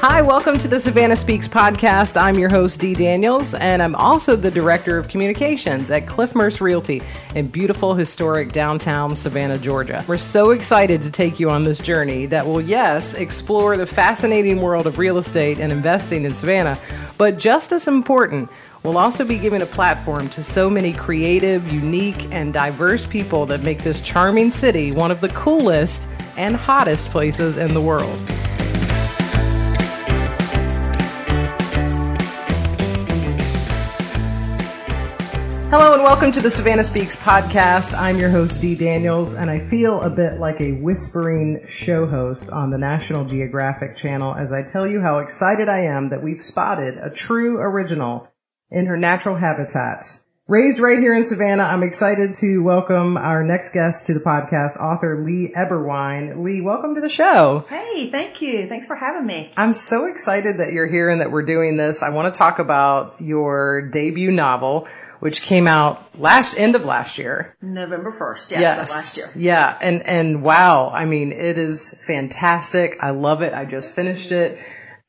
Hi, welcome to the Savannah Speaks podcast. I'm your host, Dee Daniels, and I'm also the Director of Communications at Cliff Merce Realty in beautiful, historic downtown Savannah, Georgia. We're so excited to take you on this journey that will, yes, explore the fascinating world of real estate and investing in Savannah, but just as important, We'll also be giving a platform to so many creative, unique, and diverse people that make this charming city one of the coolest and hottest places in the world. Hello and welcome to the Savannah Speaks podcast. I'm your host, Dee Daniels, and I feel a bit like a whispering show host on the National Geographic Channel as I tell you how excited I am that we've spotted a true original in her natural habitat. Raised right here in Savannah, I'm excited to welcome our next guest to the podcast, author Lee Eberwine. Lee, welcome to the show. Hey, thank you. Thanks for having me. I'm so excited that you're here and that we're doing this. I want to talk about your debut novel, which came out last end of last year. November 1st. Yes, of last year. Yeah, and and wow, I mean, it is fantastic. I love it. I just finished it,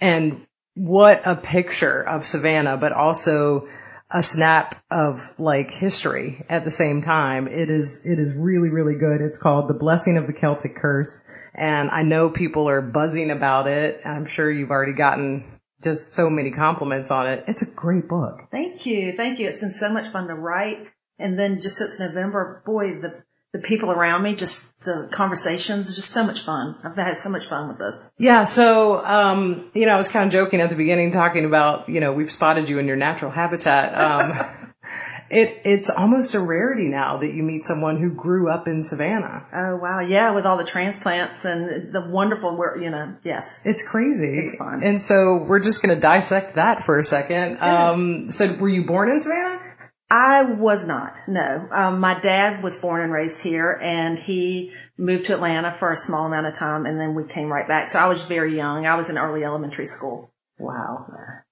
and what a picture of Savannah, but also a snap of like history at the same time. It is it is really really good. It's called The Blessing of the Celtic Curse, and I know people are buzzing about it. I'm sure you've already gotten just so many compliments on it. It's a great book. Thank you. Thank you. It's been so much fun to write. And then just since November, boy, the the people around me, just the conversations, just so much fun. I've had so much fun with this. Yeah, so um, you know, I was kind of joking at the beginning, talking about you know we've spotted you in your natural habitat. Um, it it's almost a rarity now that you meet someone who grew up in Savannah. Oh wow, yeah, with all the transplants and the wonderful work, you know, yes. It's crazy. It's fun. And so we're just going to dissect that for a second. Um, so were you born in Savannah? I was not. No, um, my dad was born and raised here, and he moved to Atlanta for a small amount of time, and then we came right back. So I was very young. I was in early elementary school. Wow.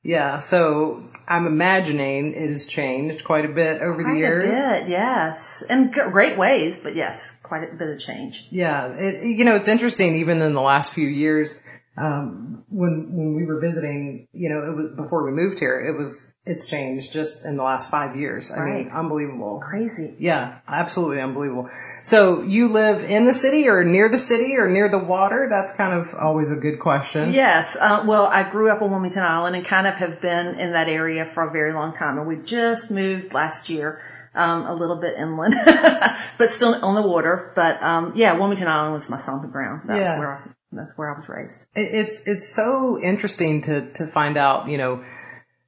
Yeah. So I'm imagining it has changed quite a bit over the Quite years. a bit, yes, in g- great ways, but yes, quite a bit of change. Yeah, it, you know, it's interesting. Even in the last few years, um, when when we were visiting, you know, it was before we moved here, it was it's changed just in the last five years. I mean, Right. unbelievable. Crazy. Yeah, absolutely unbelievable. So you live in the city or near the city or near the water? That's kind of always a good question. Yes. Uh, well, I grew up on Wilmington Island and kind of have been in that area for a very long time. And we just moved last year, um, a little bit inland, but still on the water. But um, yeah, Wilmington Island was my stomping ground. That's Yeah. where I, that's where I was raised. It- it's it's so interesting to to find out you know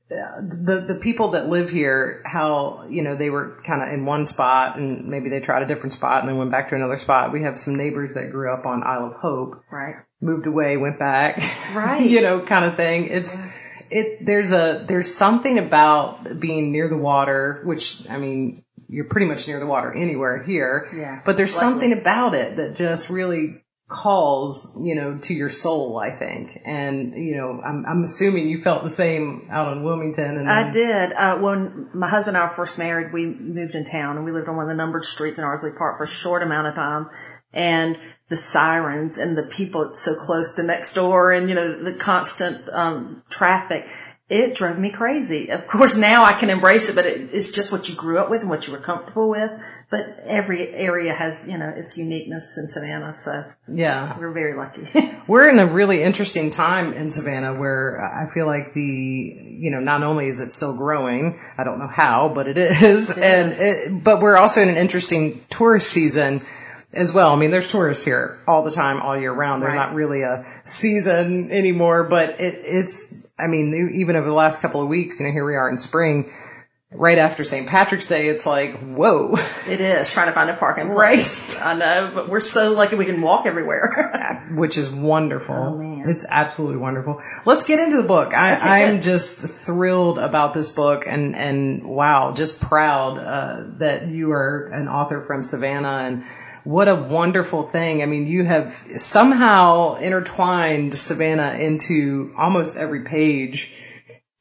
the the people that live here how you know they were kind of in one spot and maybe they tried a different spot and then went back to another spot we have some neighbors that grew up on Isle of Hope Right. moved away went back Right. you know kind of thing it's it there's a there's something about being near the water which I mean you're pretty much near the water anywhere here Yeah. but there's Luckily. something about it that just really calls, you know, to your soul, I think. And, you know, I'm, I'm assuming you felt the same out in Wilmington. And I did. Uh, when my husband and I were first married, we moved in town and we lived on one of the numbered streets in Ardsley Park for a short amount of time. And the sirens and the people so close to next door and, you know, the constant um, traffic, it drove me crazy. Of course, now I can embrace it, but it, it's just what you grew up with and what you were comfortable with. But every area has, you know, its uniqueness in Savannah. So Yeah. we're very lucky. We're in a really interesting time in Savannah where I feel like the, you know, not only is it still growing, I don't know how, but it is. and it, but we're also in an interesting tourist season as well. I mean, there's tourists here all the time, all year round. There's Right. not really a season anymore, but it, it's, I mean, e, even over the last couple of weeks, you know, here we are in spring, right after St. Patrick's Day, it's like, whoa. it is trying to find a parking place. I know, but we're so lucky we can walk everywhere. which is wonderful. Oh, man. It's absolutely wonderful. Let's get into the book. I, I'm just thrilled about this book and, and wow, just proud uh, that you are an author from Savannah and what a wonderful thing. I mean, you have somehow intertwined Savannah into almost every page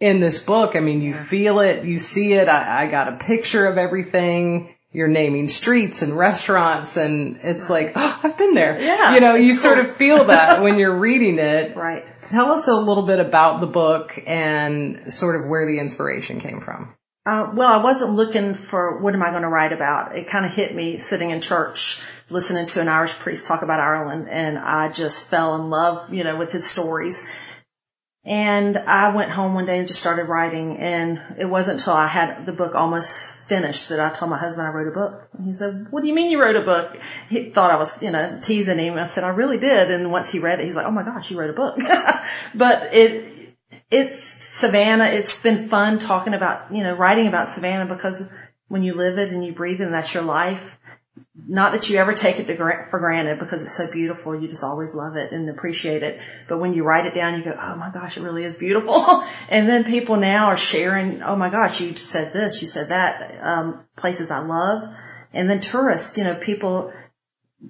in this book. I mean, you feel it, you see it. I, I got a picture of everything. You're naming streets and restaurants, and it's like, oh, I've been there. Yeah, You know, you it's sort cool. of feel that when you're reading it. Right. Tell us a little bit about the book and sort of where the inspiration came from. Uh, well, I wasn't looking for what am I going to write about. It kind of hit me sitting in church, listening to an Irish priest talk about Ireland, and I just fell in love, you know, with his stories. And I went home one day and just started writing. And it wasn't until I had the book almost finished that I told my husband I wrote a book. And he said, "What do you mean you wrote a book?" He thought I was, you know, teasing him. I said, "I really did." And once he read it, he's like, "Oh my gosh, you wrote a book!" but it it's Savannah. It's been fun talking about, you know, writing about Savannah because when you live it and you breathe it and that's your life, not that you ever take it to gra- for granted because it's so beautiful. You just always love it and appreciate it. But when you write it down, you go, oh my gosh, it really is beautiful. and then people now are sharing, oh my gosh, you said this, you said that, um, places I love. And then tourists, you know, people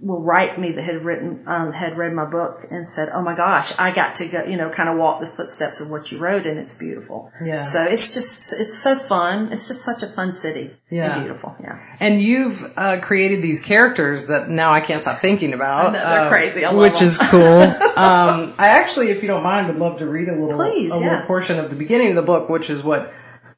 will write me that had written um, had read my book and said, "Oh my gosh, I got to go," you know, kind of walk the footsteps of what you wrote, and it's beautiful. Yeah. So it's just it's so fun. It's just such a fun city. Yeah. And beautiful. Yeah. And you've uh, created these characters that now I can't stop thinking about. I know, they're um, crazy. I love which them. is cool. um, I actually, if you don't mind, would love to read a little, Please, a little yes. portion of the beginning of the book, which is what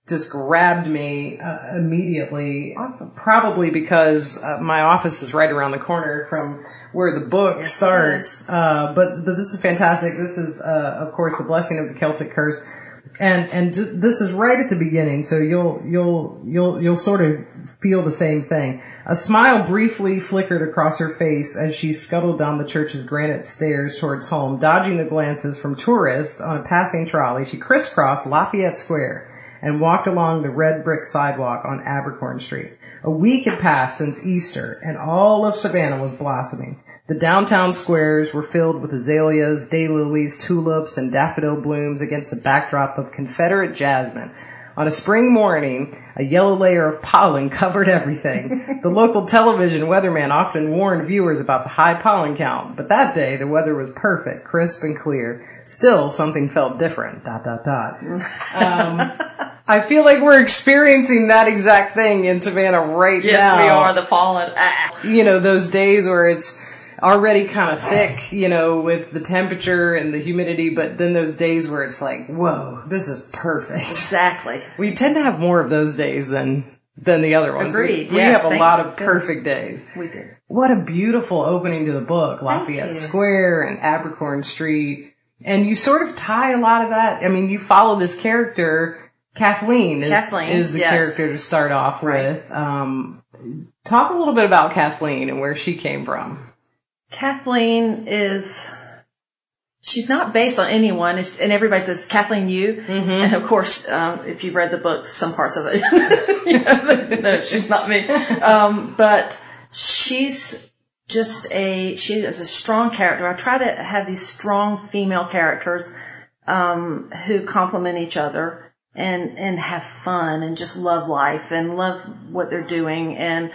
just grabbed me uh, immediately. Awesome. Probably because uh, my office is right around the corner from where the book starts. Uh, but but this is fantastic. This is uh, of course the blessing of the Celtic curse. And and ju- this is right at the beginning, so you'll you'll you'll you'll sort of feel the same thing. A smile briefly flickered across her face as she scuttled down the church's granite stairs towards home, dodging the glances from tourists on a passing trolley. She crisscrossed Lafayette Square and walked along the red brick sidewalk on Abercorn Street. A week had passed since Easter, and all of Savannah was blossoming. The downtown squares were filled with azaleas, daylilies, tulips, and daffodil blooms against a backdrop of Confederate jasmine. On a spring morning, a yellow layer of pollen covered everything. the local television weatherman often warned viewers about the high pollen count, but that day the weather was perfect, crisp and clear. Still, something felt different. Dot dot dot. Um, I feel like we're experiencing that exact thing in Savannah right now the pollen. you know those days where it's already kind of thick you know with the temperature and the humidity but then those days where it's like whoa this is perfect Exactly. we tend to have more of those days than than the other ones We- Agreed. we, Yes, have a thank lot of goodness. perfect days We do. what a beautiful opening to the book lafayette you. square and abercorn street and you sort of tie a lot of that i mean you follow this character kathleen is, Kathleen, is the yes. character to start off Right. with um, talk a little bit about kathleen and where she came from Kathleen is. She's not based on anyone, it's- and everybody says Kathleen you. And of course, um, if you've read the book, some parts of it, you know, no, she's not me. Um, but she's just a she is a strong character. I try to have these strong female characters um, who complement each other and and have fun and just love life and love what they're doing and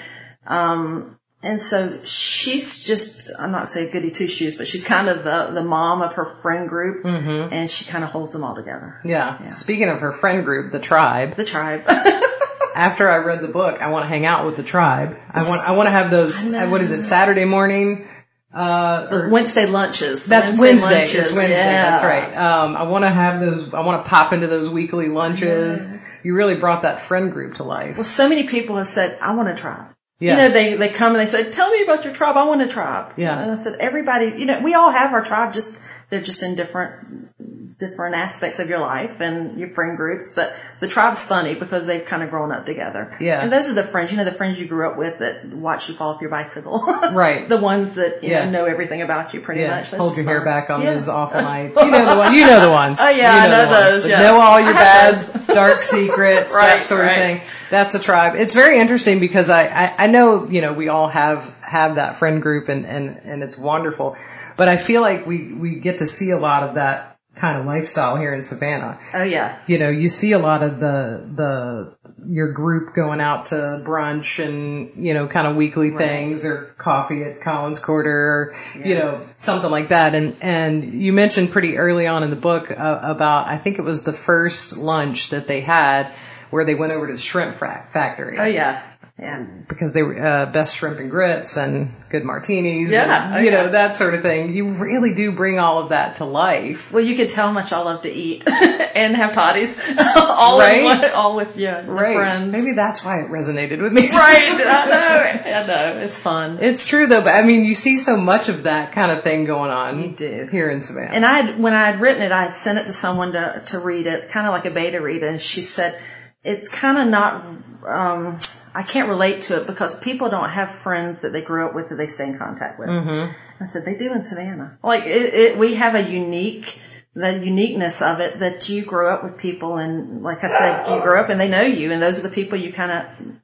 um, and so she's just I'm not saying goody two shoes, but she's kind of the the mom of her friend group Mm-hmm. and she kind of holds them all together. yeah. speaking of her friend group the tribe The tribe. after i read the book i want to hang out with the tribe i want i want to have those I know. what is it saturday morning uh, or Wednesday lunches. That's Wednesday. It's Wednesday. yeah. That's right. Um, I want to have those. I want to pop into those weekly lunches. You really brought that friend group to life. Well, so many people have said, I want a tribe. Yeah. You know, they, they come and they say, tell me about your tribe. I want a tribe. Yeah. And I said, everybody, you know, we all have our tribe. Just, they're just in different, different aspects of your life and your friend groups. But the tribe's funny because they've kind of grown up together. Yeah. And those are the friends, you know, the friends you grew up with that watched you fall off your bicycle. Right. the ones that, you Yeah. know, know everything about you pretty yeah. much. That's Hold your hair fun. back on Yeah. those awful nights. You know the one. You know the ones. Oh, yeah, You I the know ones. those, The yeah. Know all I your have bad those. dark secrets, that Right, sort of right. thing. That's a tribe. It's very interesting because I, I, I know, you know, we all have, have that friend group and, and, and it's wonderful, but I feel like we, we get to see a lot of that kind of lifestyle here in Savannah. Oh yeah. You know, you see a lot of the the your group going out to brunch and you know kind of weekly Right. things or coffee at Collins Quarter or you know something like that. And and you mentioned pretty early on in the book uh, about I think it was the first lunch that they had where they went over to the shrimp frac factory Oh yeah. Yeah. because they were uh, best shrimp and grits and good martinis. Yeah, oh and, you yeah. know that sort of thing. You really do bring all of that to life. Well, you could tell how much I love to eat and have potties, all Right. with one, all with yeah, the friends. Maybe that's why it resonated with me. Right, I know, I know. It's fun. It's true though, but I mean, you see so much of that kind of thing going on You do. here in Savannah. And I, had, when I had written it, I had sent it to someone to to read it, kind of like a beta reader, and she said, "It's kind of not. Um, I can't relate to it because people don't have friends that they grew up with that they stay in contact with." Mm-hmm. I said, "They do in Savannah. Like it, it, we have a unique." The uniqueness of it that you grow up with people, and like I said, you grow up and they know you, and those are the people you kind of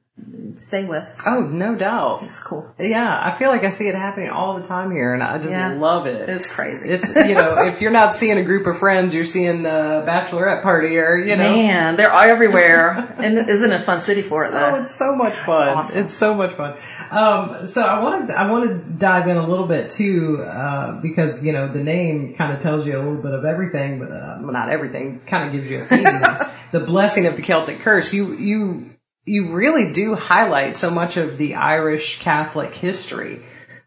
stay with. So oh, no doubt. it's cool. Yeah, I feel like I see it happening all the time here, and I just Yeah. love it. It's crazy. It's you know, if you're not seeing a group of friends, you're seeing the bachelorette party, or you know, Man, they're everywhere, and isn't it a fun city for it Oh, though? it's so much fun. awesome. It's so much fun. Um, so I want to I want to dive in a little bit too uh, because you know the name kind of tells you a little bit of everything, but uh, well, not everything. Kind of gives you a theme. the blessing of the Celtic curse. You you you really do highlight so much of the Irish Catholic history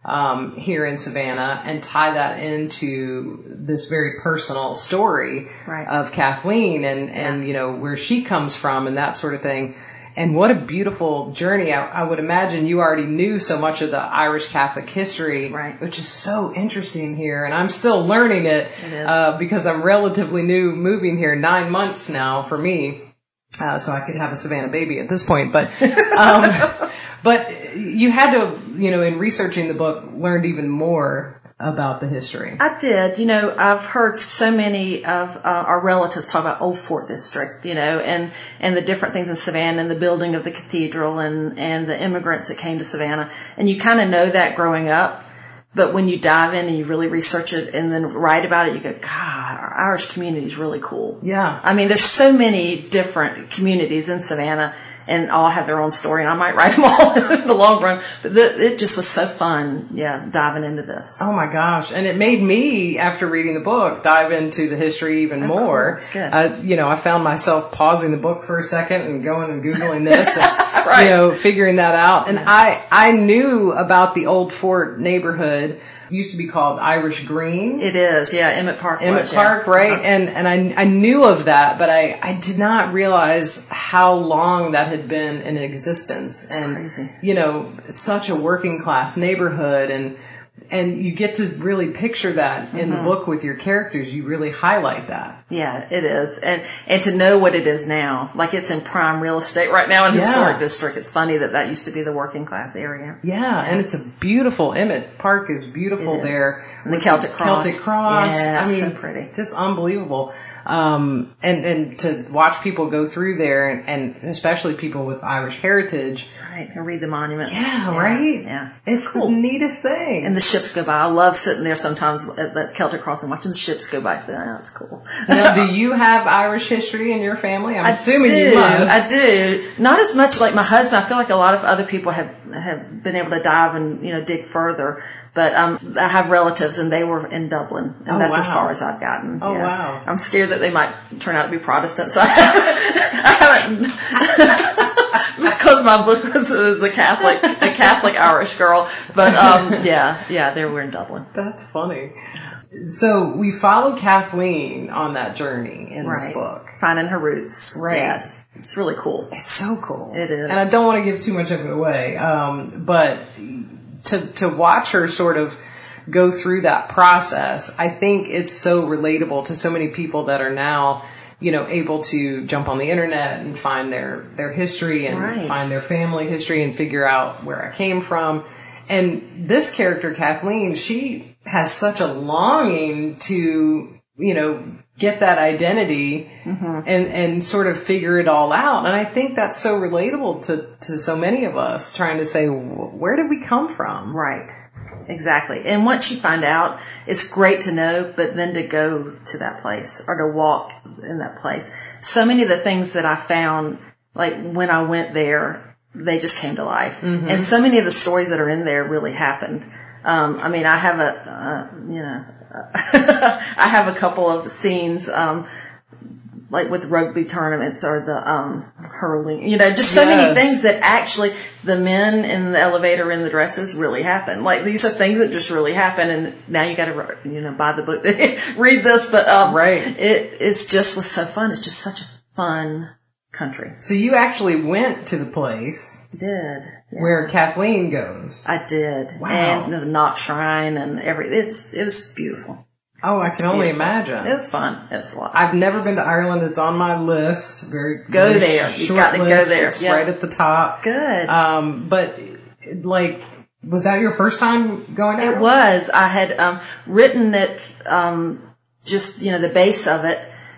um, here in Savannah and tie that into this very personal story Right. of Kathleen and, and, you know, where she comes from and that sort of thing. And what a beautiful journey. I, I would imagine you already knew so much of the Irish Catholic history, Right. which is so interesting here. And I'm still learning it, is. uh, because I'm relatively new moving here nine months now for me. Uh, so I could have a Savannah baby at this point, but, um, but you had to, you know, in researching the book, learned even more about the history. I did. You know, I've heard so many of uh, our relatives talk about Old Fort District, you know, and, and the different things in Savannah and the building of the cathedral and, and the immigrants that came to Savannah. And you kind of know that growing up. But when you dive in and you really research it and then write about it, you go, God, our Irish community is really cool. Yeah. I mean, there's so many different communities in Savannah, and all have their own story. And I might write them all in the long run, but the, it just was so fun, yeah, diving into this. Oh my gosh. And it made me, after reading the book, dive into the history even more. cool. Oh, Good. I, you know, I found myself pausing the book for a second and going and Googling this and, Right. you know, figuring that out. And I, I knew about the old fort neighborhood. It used to be called Irish Green. It is, yeah, Emmett Park. Emmett was, yeah. Park, right? And and I I knew of that, but I I did not realize how long that had been in existence. and crazy. you know, such a working class neighborhood and and you get to really picture that in Mm-hmm. the book with your characters. You really highlight that. Yeah, it is, and and to know what it is now, like it's in prime real estate right now in Yeah. historic district. It's funny that that used to be the working class area. Yeah, and it's a beautiful Emmett Park is beautiful It there. is. And the Celtic Cross. Celtic Cross. Yeah, I mean, so pretty. Just unbelievable. Um, and, and to watch people go through there and, and especially people with Irish heritage, Right, and read the monuments. Yeah, right? Yeah. It's the neatest thing. And the ships go by. I love sitting there sometimes at the Celtic Cross and watching the ships go by. So that's cool. now, do you have Irish history in your family? I'm I assuming do, you must. I do. Not as much like my husband. I feel like a lot of other people have have been able to dive and you know dig further. But um, I have relatives, and they were in Dublin, and Oh, that's as wow. far as I've gotten. Oh, yes. wow. I'm scared that they might turn out to be Protestant, so I haven't. Because my book was, was a Catholic, a Catholic Irish girl, but um, yeah, yeah, they were in Dublin. That's funny. So we follow Kathleen on that journey in this Right. book. Finding her roots. Right. Yes. It's really cool. It's so cool. It is. And I don't want to give too much of it away, um, but to to watch her sort of go through that process, I think it's so relatable to so many people that are now, you know, able to jump on the internet and find their their history and Right. find their family history and figure out where I came from. And this character Kathleen, she has such a longing to, you know, get that identity Mm-hmm. and and sort of figure it all out. And I think that's so relatable to to so many of us trying to say "Wh- where did we come from? Right. exactly. And once you find out, it's great to know, but then to go to that place or to walk in that place. So many of the things that I found, like when I went there, they just came to life. And so many of the stories that are in there really happened. Um, I mean, I have a, uh, you know, I have a couple of scenes, um, like with rugby tournaments or the um, hurling, you know, just so many Yes. things that actually the men in the elevator in the dresses really happen. Like these are things that just really happen, and now you got to you know buy the book, read this, but um, Right. it it's just was so fun. It's just such a fun country. So you actually went to the place I did Yeah. where Kathleen goes. I did, Wow. and the Knox Shrine and every it's it was beautiful. Oh, I can only beautiful. imagine. It was fun. It's a lot. I've never been to Ireland. It's on my list. Very Go very there. You've short got to go list. there. It's Yeah. right at the top. Good. Um, but like, was that your first time going? To It Ireland? was. I had um, written it, um, just you know, the base of it,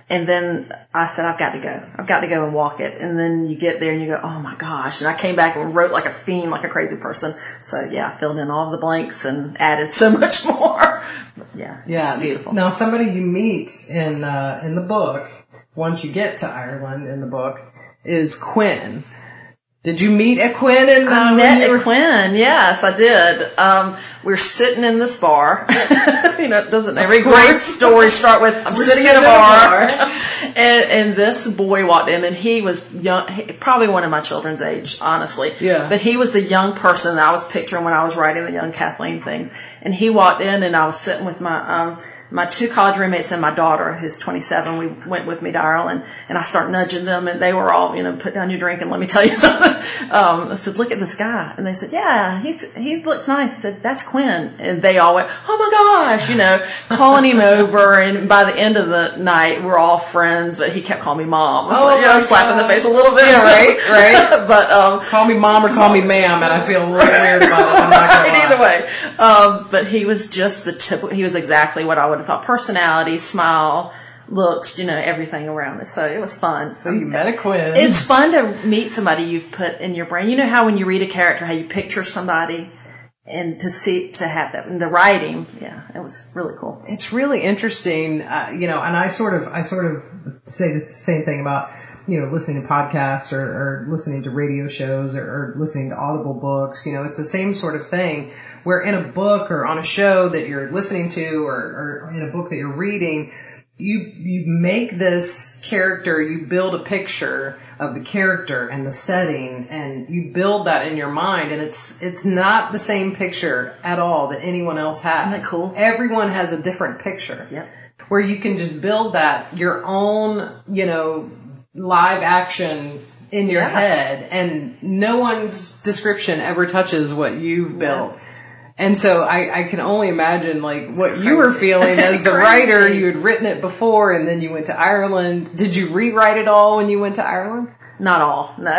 and then I said, "I've got to go. I've got to go and walk it." And then you get there and you go, "Oh my gosh!" And I came back and wrote like a fiend, like a crazy person. So yeah, I filled in all the blanks and added so much more. But, yeah, Yeah, it's beautiful. Now somebody you meet in uh, in the book, once you get to Ireland in the book, is Quinn. Did you meet a Quinn in the? I when met you were- at Quinn. Yes, I did. Um, we are sitting in this bar. you know, doesn't every great story start with I'm sitting, in a bar? and, and this boy walked in, and he was young, he- probably one of my children's age, honestly. Yeah. But he was the young person that I was picturing when I was writing the young Kathleen thing. And he walked in, and I was sitting with my um, my two college roommates and my daughter, who's 27. We went with me to Ireland, and I start nudging them, and they were all, you know, put down your drink and let me tell you something. Um, I said, look at this guy, and they said, yeah, he's he looks nice. I said, that's Quinn, and they all went, oh my gosh, you know, calling him over, and by the end of the night, we're all friends. But he kept calling me mom. I was Oh like, my yeah, slap in the God. face a little bit, Yeah, right, right. but um, Call me mom or call me ma'am, and I feel a little weird about it. I'm not gonna lie. Right, either way. Um, but he was just the typical. He was exactly what I would have thought: personality, smile, looks, you know, everything around it. So it was fun. So you met a Quinn. It's fun to meet somebody you've put in your brain. You know how when you read a character, how you picture somebody, and to see to have that in the writing. Yeah, it was really cool. it's really interesting, uh, you know, and I sort of, I sort of say the same thing about, you know, listening to podcasts or, or listening to radio shows or, or listening to audible books. You know, it's the same sort of thing where in a book or on a show that you're listening to or, or in a book that you're reading, you, you make this character, you build a picture of the character and the setting and you build that in your mind and it's, it's not the same picture at all that anyone else has. Isn't that cool? Everyone has a different picture Yep. where you can just build that your own, you know, live action in your Yeah. head and no one's description ever touches what you've built. And so I, I can only imagine like what you were crazy. feeling as the Crazy. writer. You had written it before and then you went to Ireland. Did you rewrite it all when you went to Ireland? Not all, no.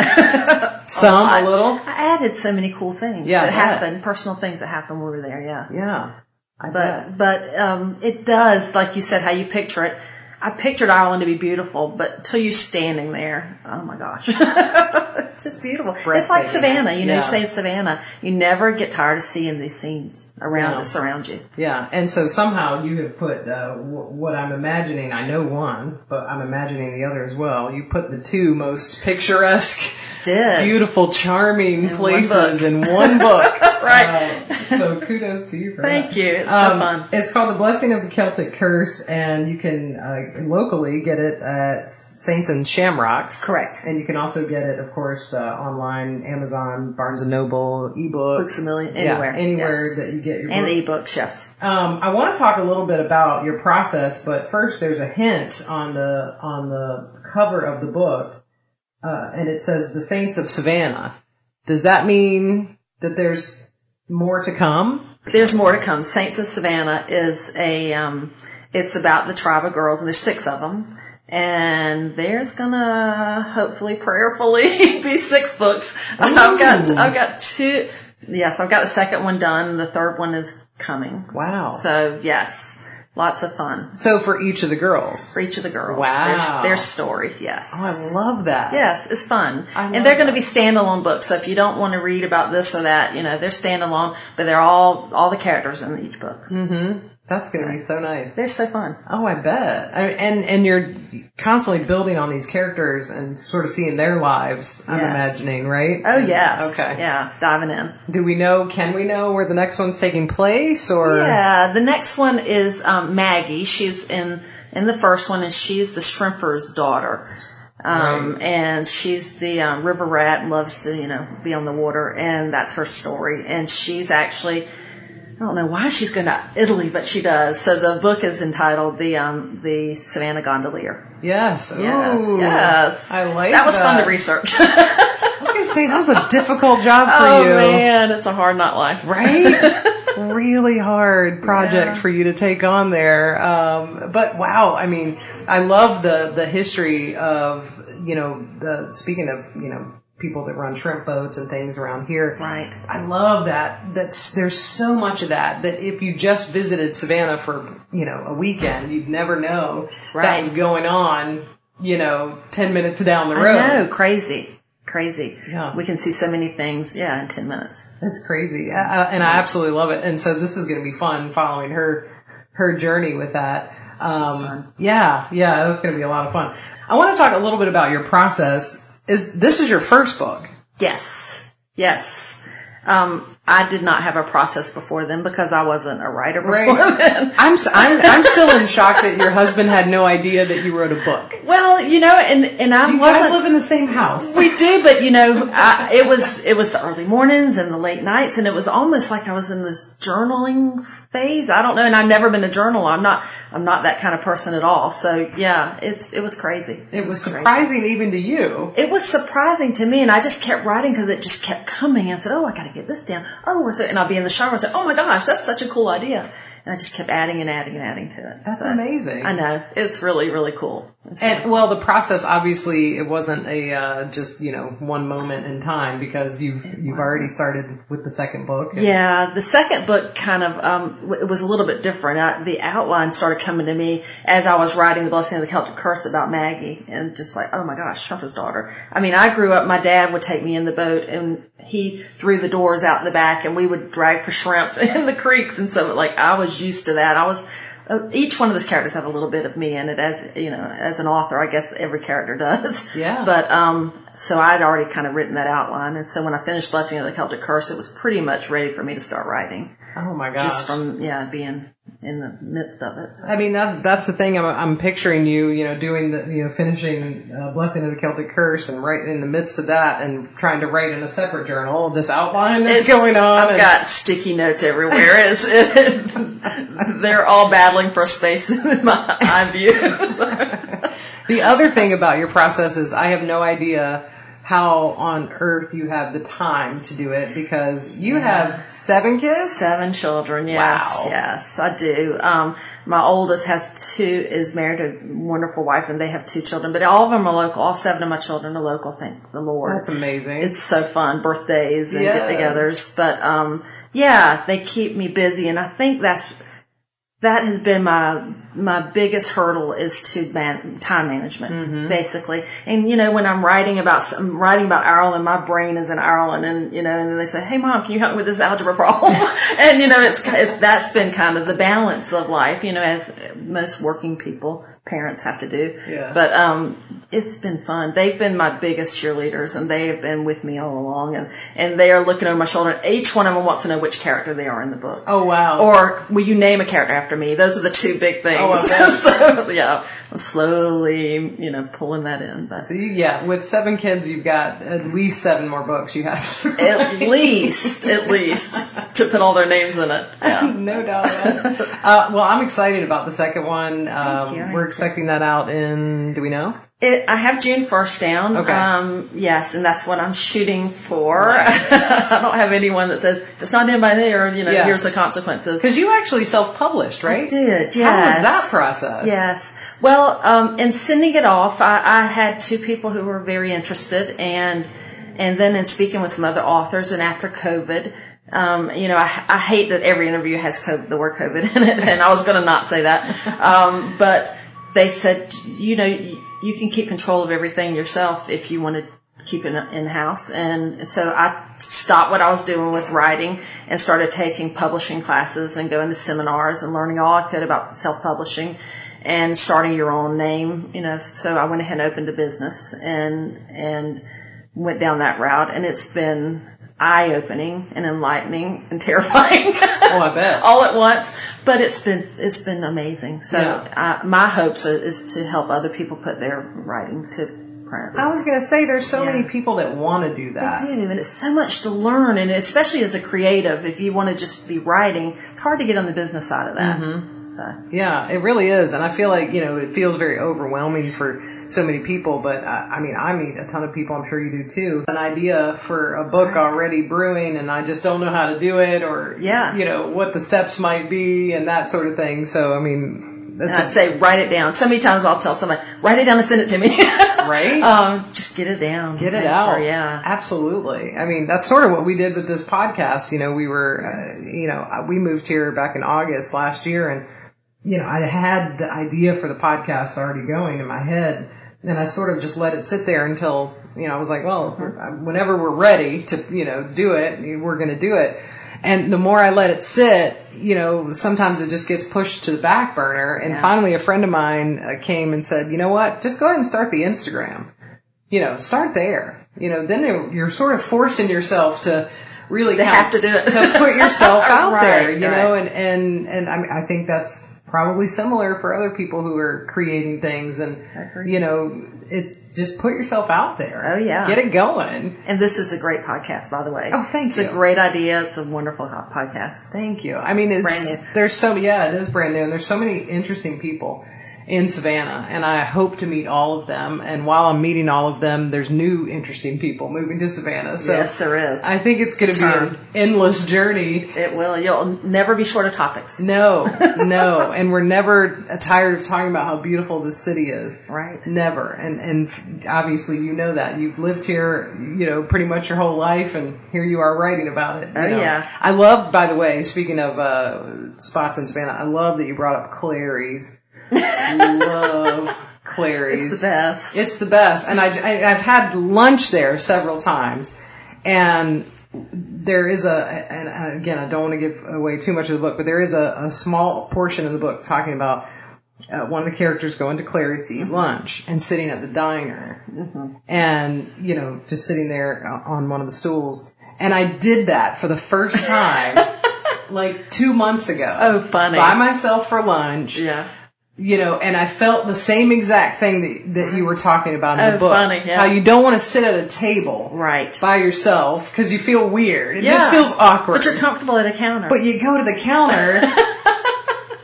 Some, a lot. little? I added so many cool things Yeah, I that bet. happened, personal things that happened when we were there. Yeah. Yeah. I bet. But but um, it does, like you said, how you picture it. I pictured Ireland to be beautiful, but until you're standing there, oh my gosh, it's just beautiful. It's like Breathtaking. Savannah, you know, Yeah. you say Savannah, you never get tired of seeing these scenes around No. that surround you. Yeah, and so somehow you have put uh, w- what I'm imagining. I know one, but I'm imagining the other as well. You put the two most picturesque, Did beautiful, charming one places book. in one book. Right. Uh, so kudos to you for that. thank you. It's so Um, fun. it's called The Blessing of the Celtic Curse, and you can uh, locally get it at Saints and Shamrocks. Correct. And you can also get it, of course, uh, online, Amazon, Barnes & Noble, ebooks. Books a million anywhere, Yeah, anywhere yes. that you get your and books. ebooks, yes. Um, I want to talk a little bit about your process, but first there's a hint on the on the cover of the book, uh, and it says "The Saints of Savannah." Does that mean that there's more to come? There's more to come. Saints of Savannah is a, um, it's about the tribe of girls, and there's six of them. And there's gonna hopefully, prayerfully, be six books. I've got, I've got two. Yes, I've got the second one done. The third one is coming. Wow. So yes, Lots of fun So for each of the girls. for each of the girls. Wow. Their, their story, yes. Oh, I love that. Yes, it's fun. I love And they're that. going to be standalone books. So if you don't want to read about this or that, you know, they're standalone, but they're all all the characters in each book. Mm-hmm. That's going to be so nice. They're so fun. Oh, I bet. I, and and you're constantly building on these characters and sort of seeing their lives. I'm Yes. imagining, right? Oh yes. Mm, Okay. Yeah, diving in. Do we know? Can we know where the next one's taking place? Or Yeah, the next one is um, Maggie. She's in in the first one, and she's the shrimper's daughter. Um, And she's the uh, river rat and loves to, you know, be on the water, and that's her story. And she's actually, I don't know why she's going to Italy, but she does. So the book is entitled the um, the Savannah Gondolier. yes, Yes, Ooh. yes, I like that. was fun that. to research. I was going to say that was a difficult job for oh you, man, it's a hard not life, right? really hard project Yeah. for you to take on there. Um, but wow, I mean, I love the the history of you know the speaking of you know people that run shrimp boats and things around here. Right. I love that. That's there's so much of that that if you just visited Savannah for you know a weekend, you'd never know that Right. was going on. You know, ten minutes down the I road. know, crazy, crazy. Yeah. We can see so many things. Yeah, in ten minutes. That's crazy, I, I- and I absolutely love it. And so this is going to be fun following her her journey with that. Um, fun. yeah, yeah, that's going to be a lot of fun. I want to talk a little bit about your process. Is this is your first book? Yes, yes. Um, I did not have a process before then because I wasn't a writer before Right. then. I'm s- I'm I'm still in shock that your husband had no idea that you wrote a book. Well, you know, and and I You guys wasn't. live in the same house. we do, but you know, I, it was it was the early mornings and the late nights, and it was almost like I was in this journaling phase. I don't know, and I've never been a journaler. I'm not I'm not that kind of person at all. So yeah, it's it was crazy. It was surprising even to you. it was surprising to me, and I just kept writing because it just kept coming. I said, "Oh, I got to get this down." Oh, was it? And I'd be in the shower. I said, "Oh my gosh, that's such a cool idea," and I just kept adding and adding and adding to it. That's So, amazing. I know it's really really cool. It's And well, the process obviously it wasn't a uh, just you know one moment in time because you've you've already started with the second book. and- Yeah, the second book kind of um, w- it was a little bit different. I, the outline started coming to me as I was writing the blessing of the Celtic curse about Maggie, and just like, oh my gosh, Shrimp's daughter. I mean, I grew up. My dad would take me in the boat, and he threw the doors out the back, and we would drag for shrimp in the creeks. And so, like, I was used to that. I was. uh, Each one of those characters have a little bit of me in it, as you know, as an author, I guess every character does. Yeah. But but um, so I'd already kind of written that outline, and so when I finished Blessing of the Celtic Curse, it was pretty much ready for me to start writing, Oh my gosh. just from yeah being in the midst of it. So. I mean that's that's the thing I'm, I'm picturing you you know doing the you know finishing uh, blessing of the Celtic curse and right in the midst of that and trying to write in a separate journal this outline that's going on. I've and- got sticky notes everywhere. It's, it, they're all battling for space in my eye view. So, The other thing about your process is I have no idea how on earth you have the time to do it because you have seven kids. Seven children. Yes, Wow. yes, I do. Um, my oldest has two, is married to a wonderful wife, and they have two children. But all of them are local. All seven of my children are local. Thank the Lord. That's amazing. it's so fun birthdays and Yes. get-togethers but um yeah they keep me busy and i think that's that has been my my biggest hurdle is to man, time management Mm-hmm. basically and you know when i'm writing about s- I'm writing about ireland my brain is in ireland and you know and then they say hey mom can you help me with this algebra problem and you know it's, it's that's been kind of the balance of life you know as most working people parents have to do Yeah. but um, it's been fun. They've been my biggest cheerleaders, and they have been with me all along. And, and they are looking over my shoulder. And each one of them wants to know which character they are in the book. oh wow. Or will you name a character after me? Those are the two big things. Oh, I bet. so yeah, I'm slowly, you know, pulling that in. But so you, yeah, with seven kids, you've got at least seven more books you have. to at least, at least, to put all their names in it. Yeah. no doubt. uh, well, I'm excited about the second one. Um, you. we're expecting that out in. Do we know? It, I have June 1st down. Okay. Um, yes, and that's what I'm shooting for. I don't have anyone that says, if it's not in by there, you know, Yeah. here's the consequences. Because you actually self-published, right? I did, yes. How was that process? Yes. Well, um, in sending it off, I, I had two people who were very interested, and and then in speaking with some other authors, and after COVID, Um, you know, I, I hate that every interview has COVID, the word COVID in it, and I was going to not say that. Um, but they said, you know, you, you can keep control of everything yourself if you want to keep it in house. And so I stopped what I was doing with writing and started taking publishing classes and going to seminars and learning all I could about self publishing and starting your own name, you know. So I went ahead and opened a business and, and went down that route. And it's been eye opening and enlightening and terrifying. Oh, I bet. all at once. But it's been it's been amazing. So I, my hopes are, is to help other people put their writing to print. I was going to say there's so Yeah. many people that want to do that. They do, and it's so much to learn, and especially as a creative, if you want to just be writing, it's hard to get on the business side of that. So, Yeah, it really is, and I feel like you know it feels very overwhelming for so many people. But I, I mean, I meet a ton of people. I'm sure you do too. An idea for a book already brewing, and I just don't know how to do it, or Yeah. you know what the steps might be, and that sort of thing. So I mean, and that's I'd say write it down. So many times I'll tell somebody, write it down and send it to me. Right? um, just get it down. Get it out. Paper, Yeah. Absolutely. I mean, that's sort of what we did with this podcast. You know, we were, uh, you know, I- we moved here back in August last year and, you know, I had the idea for the podcast already going in my head and I sort of just let it sit there until, you know, I was like, well, whenever we're ready to, you know, do it, we're going to do it. And the more I let it sit, you know, sometimes it just gets pushed to the back burner. And Yeah. finally a friend of mine uh, came and said, you know what, just go ahead and start the Instagram you know, start there. You know, then you're sort of forcing yourself to really They kind have of- to do it. put yourself out Right, there, you right. know, and and and I, mean, I think that's probably similar for other people who are creating things, and Agree. you know, it's just put yourself out there. Oh, yeah. get it going. And this is a great podcast, by the way. Oh, thank It's you. a great idea. It's a wonderful hot podcast. Thank you. I mean, it's Brand there's so yeah, it is brand new, and there's so many interesting people in Savannah, and I hope to meet all of them. And while I'm meeting all of them, there's new interesting people moving to Savannah. So yes, there is. I think it's going to be an Term. endless journey. it will. You'll never be short of topics. No, no, and we're never tired of talking about how beautiful this city is. Right. Never, and and obviously you know that you've lived here, you know, pretty much your whole life, and here you are writing about it. you Oh, know. yeah. I love, by the way, speaking of uh, spots in Savannah, I love that you brought up Clary's. love Clary's. It's the best. It's the best, and I, I have had lunch there several times, and there is a and uh, again I don't want to give away too much of the book, but there is a, a small portion of the book talking about uh, one of the characters going to Clary's to eat lunch and sitting at the diner, and you know just sitting there uh, on one of the stools, and I did that for the first time. Like two months ago. Oh, funny. By myself for lunch yeah. you know, and I felt the same exact thing that, that you were talking about in the Oh, book. funny, yeah. How you don't want to sit at a table Right. by yourself because you feel weird. It Yeah. just feels awkward. But you're comfortable at a counter. But you go to the counter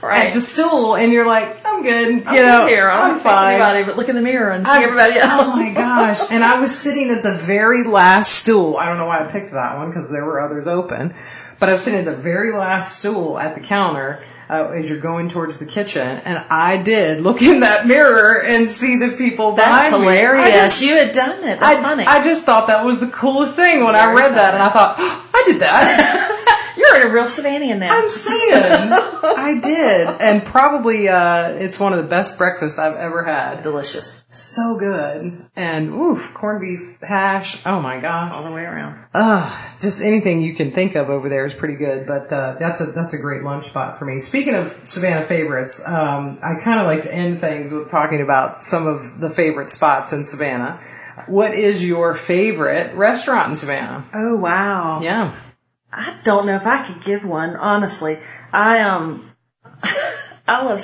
right. at the stool and you're like, I'm good. You I'm know, here. I don't I'm fix fine. Anybody, but look in the mirror and see I'm- everybody else. Oh my gosh. And I was sitting at the very last stool. I don't know why I picked that one because there were others open. But I was sitting at the very last stool at the counter uh, as you're going towards the kitchen. And I did look in that mirror and see the people That's behind me. hilarious. I just, you had done it. That's I, funny. I just thought that was the coolest thing when I Very read that. And I thought, "Oh, I did that. You're in a real Savannah now. I'm saying I did. And probably uh, it's one of the best breakfasts I've ever had. delicious so good. And oof, corned beef hash. Oh my god. all the way around. Ugh, just anything you can think of over there is pretty good. But uh, that's a that's a great lunch spot for me. Speaking of Savannah favorites, um, I kind of like to end things with talking about some of the favorite spots in Savannah. What is your favorite restaurant in Savannah? Oh wow. Yeah. I don't know if I could give one honestly. I um. I love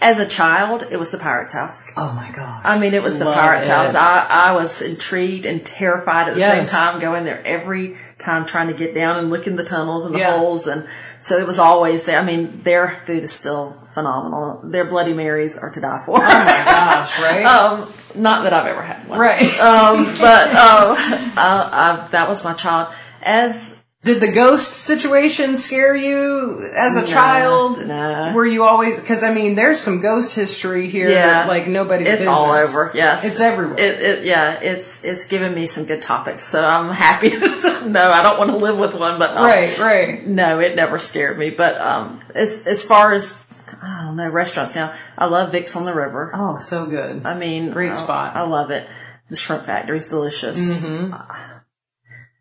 as a child. It was the Pirate's House. Oh my god. I mean, it was the Love Pirate's it. House. I, I was intrigued and terrified at the Yes. same time, going there every time, trying to get down and look in the tunnels and the Yeah. holes. And so it was always there. I mean, their food is still phenomenal. Their Bloody Marys are to die for. Oh Gosh, right? um, not that I've ever had one. right. uh, Um, but um, I, I, that was my child. As Did the ghost situation scare you as a No, child? no. Were you always? Because I mean, there's some ghost history here. Yeah. Like nobody's It's business. all over. Yes, It's everywhere. It, it, yeah, it's it's given me some good topics, so I'm happy. no, I don't want to live with one, but um, Right, right. No, it never scared me. But um, as as far as I don't know restaurants now, I love Vicks on the River. Oh, so good. I mean, Great I- spot. I love it. The shrimp factory's delicious.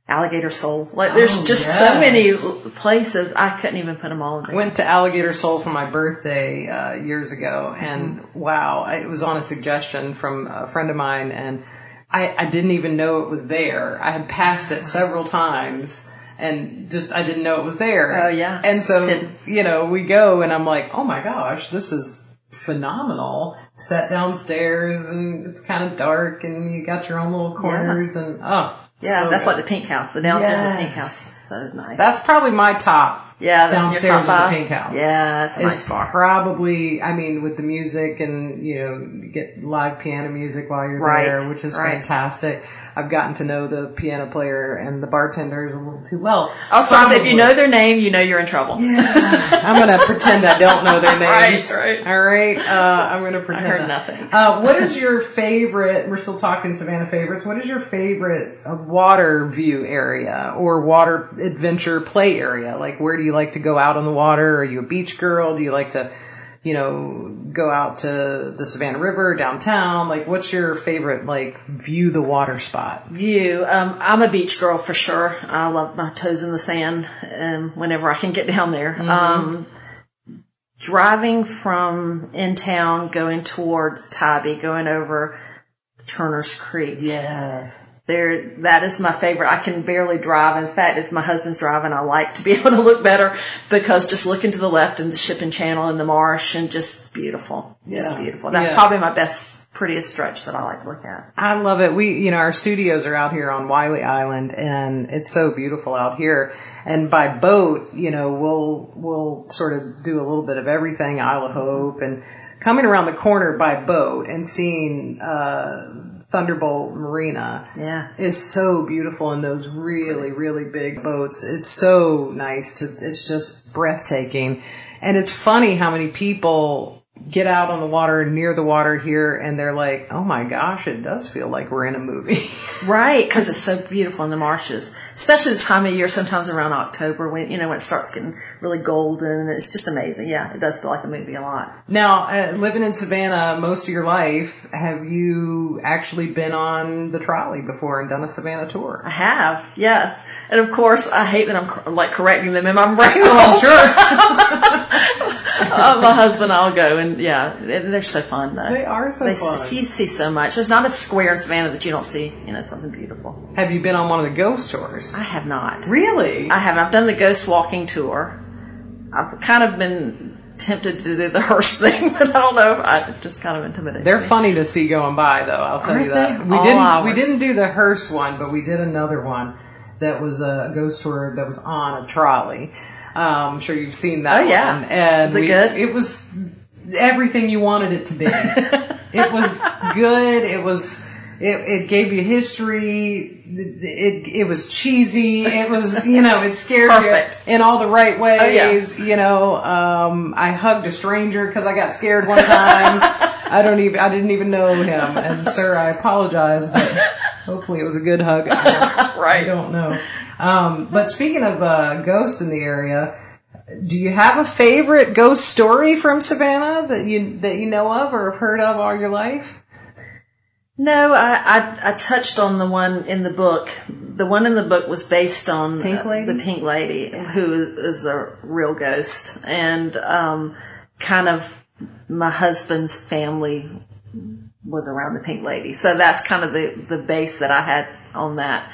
Alligator Soul. Like there's Mm-hmm. Oh, just yes. so many places I couldn't even put them all in there. went to Alligator Soul for my birthday uh, years ago, and Mm-hmm. wow, I- it was on a suggestion from a friend of mine, and I, I didn't even know it was there. I had passed it several times. And just I didn't know it was there. Oh, yeah. And so It's hidden. you know we go and I'm like, oh my gosh, this is phenomenal. Set downstairs and it's kind of dark and you got your own little corners and oh yeah, so that's good. like the pink house. The downstairs of the pink Yes. house. So nice. that's probably my top yeah, that's in your downstairs top of the five. pink house. Yeah, it's a nice It's bar. probably, I mean, with the music and, you know, you get live piano music while you're Right, there, which is right. fantastic. I've gotten to know the piano player and the bartenders a little too well. Also, I say Oh, if Probably. you know their name, you know you're in trouble. I'm going to pretend I don't know their names. Right, right. All right. Uh, I'm going to pretend. heard I- nothing. Uh, what is your favorite, we're still talking Savannah favorites, what is your favorite uh, water view area or water adventure play area? Like where do you like to go out on the water? Are you a beach girl? Do you like to, you know, go out to the Savannah River downtown? Like what's your favorite, like view the water spot? View. Um, I'm a beach girl for sure. I love my toes in the sand um, whenever I can get down there. Mm-hmm. Um, driving from in town, going towards Tybee, going over Turner's Creek. Yes. There, that is my favorite. I can barely drive. In fact, if my husband's driving, I like to be able to look better because just looking to the left and the shipping channel and the marsh and just beautiful, just Yeah. beautiful. That's Yeah. probably my best, prettiest stretch that I like to look at. I love it. We, you know, our studios are out here on Wiley Island and it's so beautiful out here. And by boat, you know, we'll, we'll sort of do a little bit of everything, Isle of Hope and coming around the corner by boat and seeing, uh, Thunderbolt Marina Yeah. is so beautiful in those really, really big boats. It's so nice to, it's just breathtaking. And it's funny how many people get out on the water, near the water here, and they're like, oh my gosh, it does feel like we're in a movie. Right, because it's so beautiful in the marshes, especially the time of year. Sometimes around October, when you know when it starts getting really golden, and it's just amazing. Yeah, it does feel like a movie a lot. now, uh, living in Savannah most of your life, have you actually been on the trolley before and done a Savannah tour? I have, yes, and of course I hate that I'm cor- like correcting them in my brain. Oh, sure. Uh, my husband, I'll go, and yeah, and they're so fun though. They are so They fun. s- you see so much. There's not a square in Savannah that you don't see, you know, something beautiful. have you been on one of the ghost tours? I have not. Really? I haven't. I've done the ghost walking tour. I've kind of been tempted to do the hearse thing, but I don't know. If I it just kind of intimidated. They're funny to see going by, though. I'll tell you Aren't that. they? We All didn't we hours. didn't do the hearse one, but we did another one that was a ghost tour that was on a trolley. Um, I'm sure you've seen that. Oh, yeah. one. and Was it we- good? It was everything you wanted it to be. it was good. It was. It, it gave you history. It, it it was cheesy. It was you know it scared Perfect. you in all the right ways. yeah. You know, um, I hugged a stranger because I got scared one time. I don't even I didn't even know him. And sir, I apologize, but hopefully it was a good hug. I don't, I right. don't know. Um, but speaking of uh, ghosts in the area, do you have a favorite ghost story from Savannah that you that you know of or have heard of all your life? No, I, I I touched on the one in the book. The one in the book was based on Pink uh, Lady? the Pink Lady, who is a real ghost, and um, kind of my husband's family was around the Pink Lady, so that's kind of the the base that I had on that.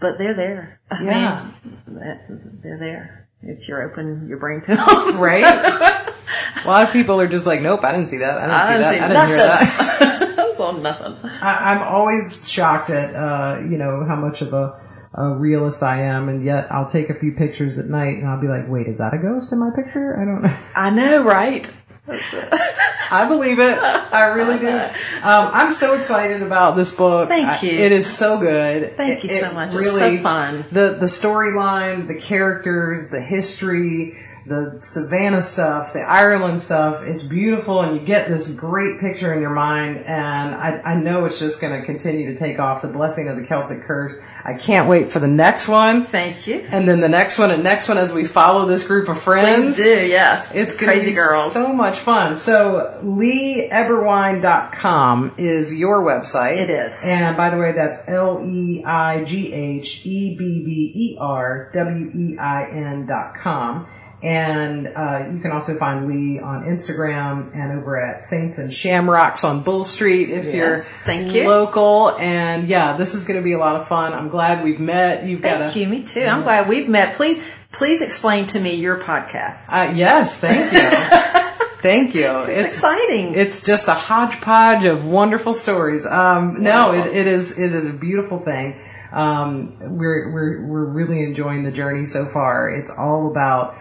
But they're there. I Yeah. mean, that- they're there if you're open your brain to them. Right. a lot of people are just like, nope, I didn't see that. I didn't see that. I didn't hear that. nothing. I was on nothing. I, I'm always shocked at uh, you know how much of a, a realist I am, and yet I'll take a few pictures at night, and I'll be like, "Wait, is that a ghost in my picture?" I don't know. I know, right? I believe it. I really do. Um, I'm so excited about this book. Thank I- you. it is so good. Thank It- you it so much. Really It's so fun. The the storyline, the characters, the history, the Savannah stuff, the Ireland stuff. It's beautiful, and you get this great picture in your mind. And I I know it's just going to continue to take off. The blessing of the Celtic curse. I can't wait for the next one. Thank you. And then the next one, and next one, as we follow this group of friends, Please do, yes. it's gonna crazy be girls. So much fun. So leeeberwine.com is your website. It is. And by the way, that's L E I G H E B B E R W E I N dot com. And uh, you can also find Lee on Instagram and over at Saints and Shamrocks on Bull Street if Yes, you're thank you. local. And yeah, this is going to be a lot of fun. I'm glad we've met. You've got Thank a you. Me too. I'm glad we've met. Please, please explain to me your podcast. Uh, yes, thank you, thank you. It's, exciting. it's just a hodgepodge of wonderful stories. Um, no, it, it is it is a beautiful thing. Um, we're we're we're really enjoying the journey so far. It's all about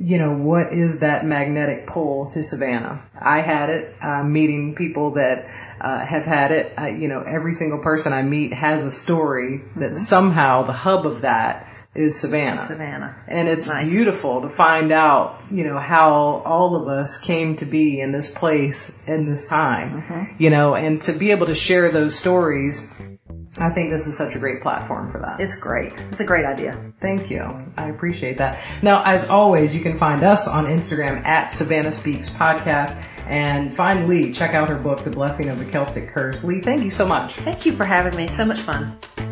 you know what is that magnetic pull to Savannah? I had it. i meeting people that uh, have had it. I, you know, every single person I meet has a story that somehow the hub of that is Savannah. and it's Nice. beautiful to find out, you know, how all of us came to be in this place in this time, you know, and to be able to share those stories. I think this is such a great platform for that. It's great. It's a great idea. Thank you. I appreciate that. Now, as always, you can find us on Instagram at Savannah Speaks Podcast and find Lee. Check out her book, The Blessing of the Celtic Curse. Lee, thank you so much. Thank you for having me. So much fun.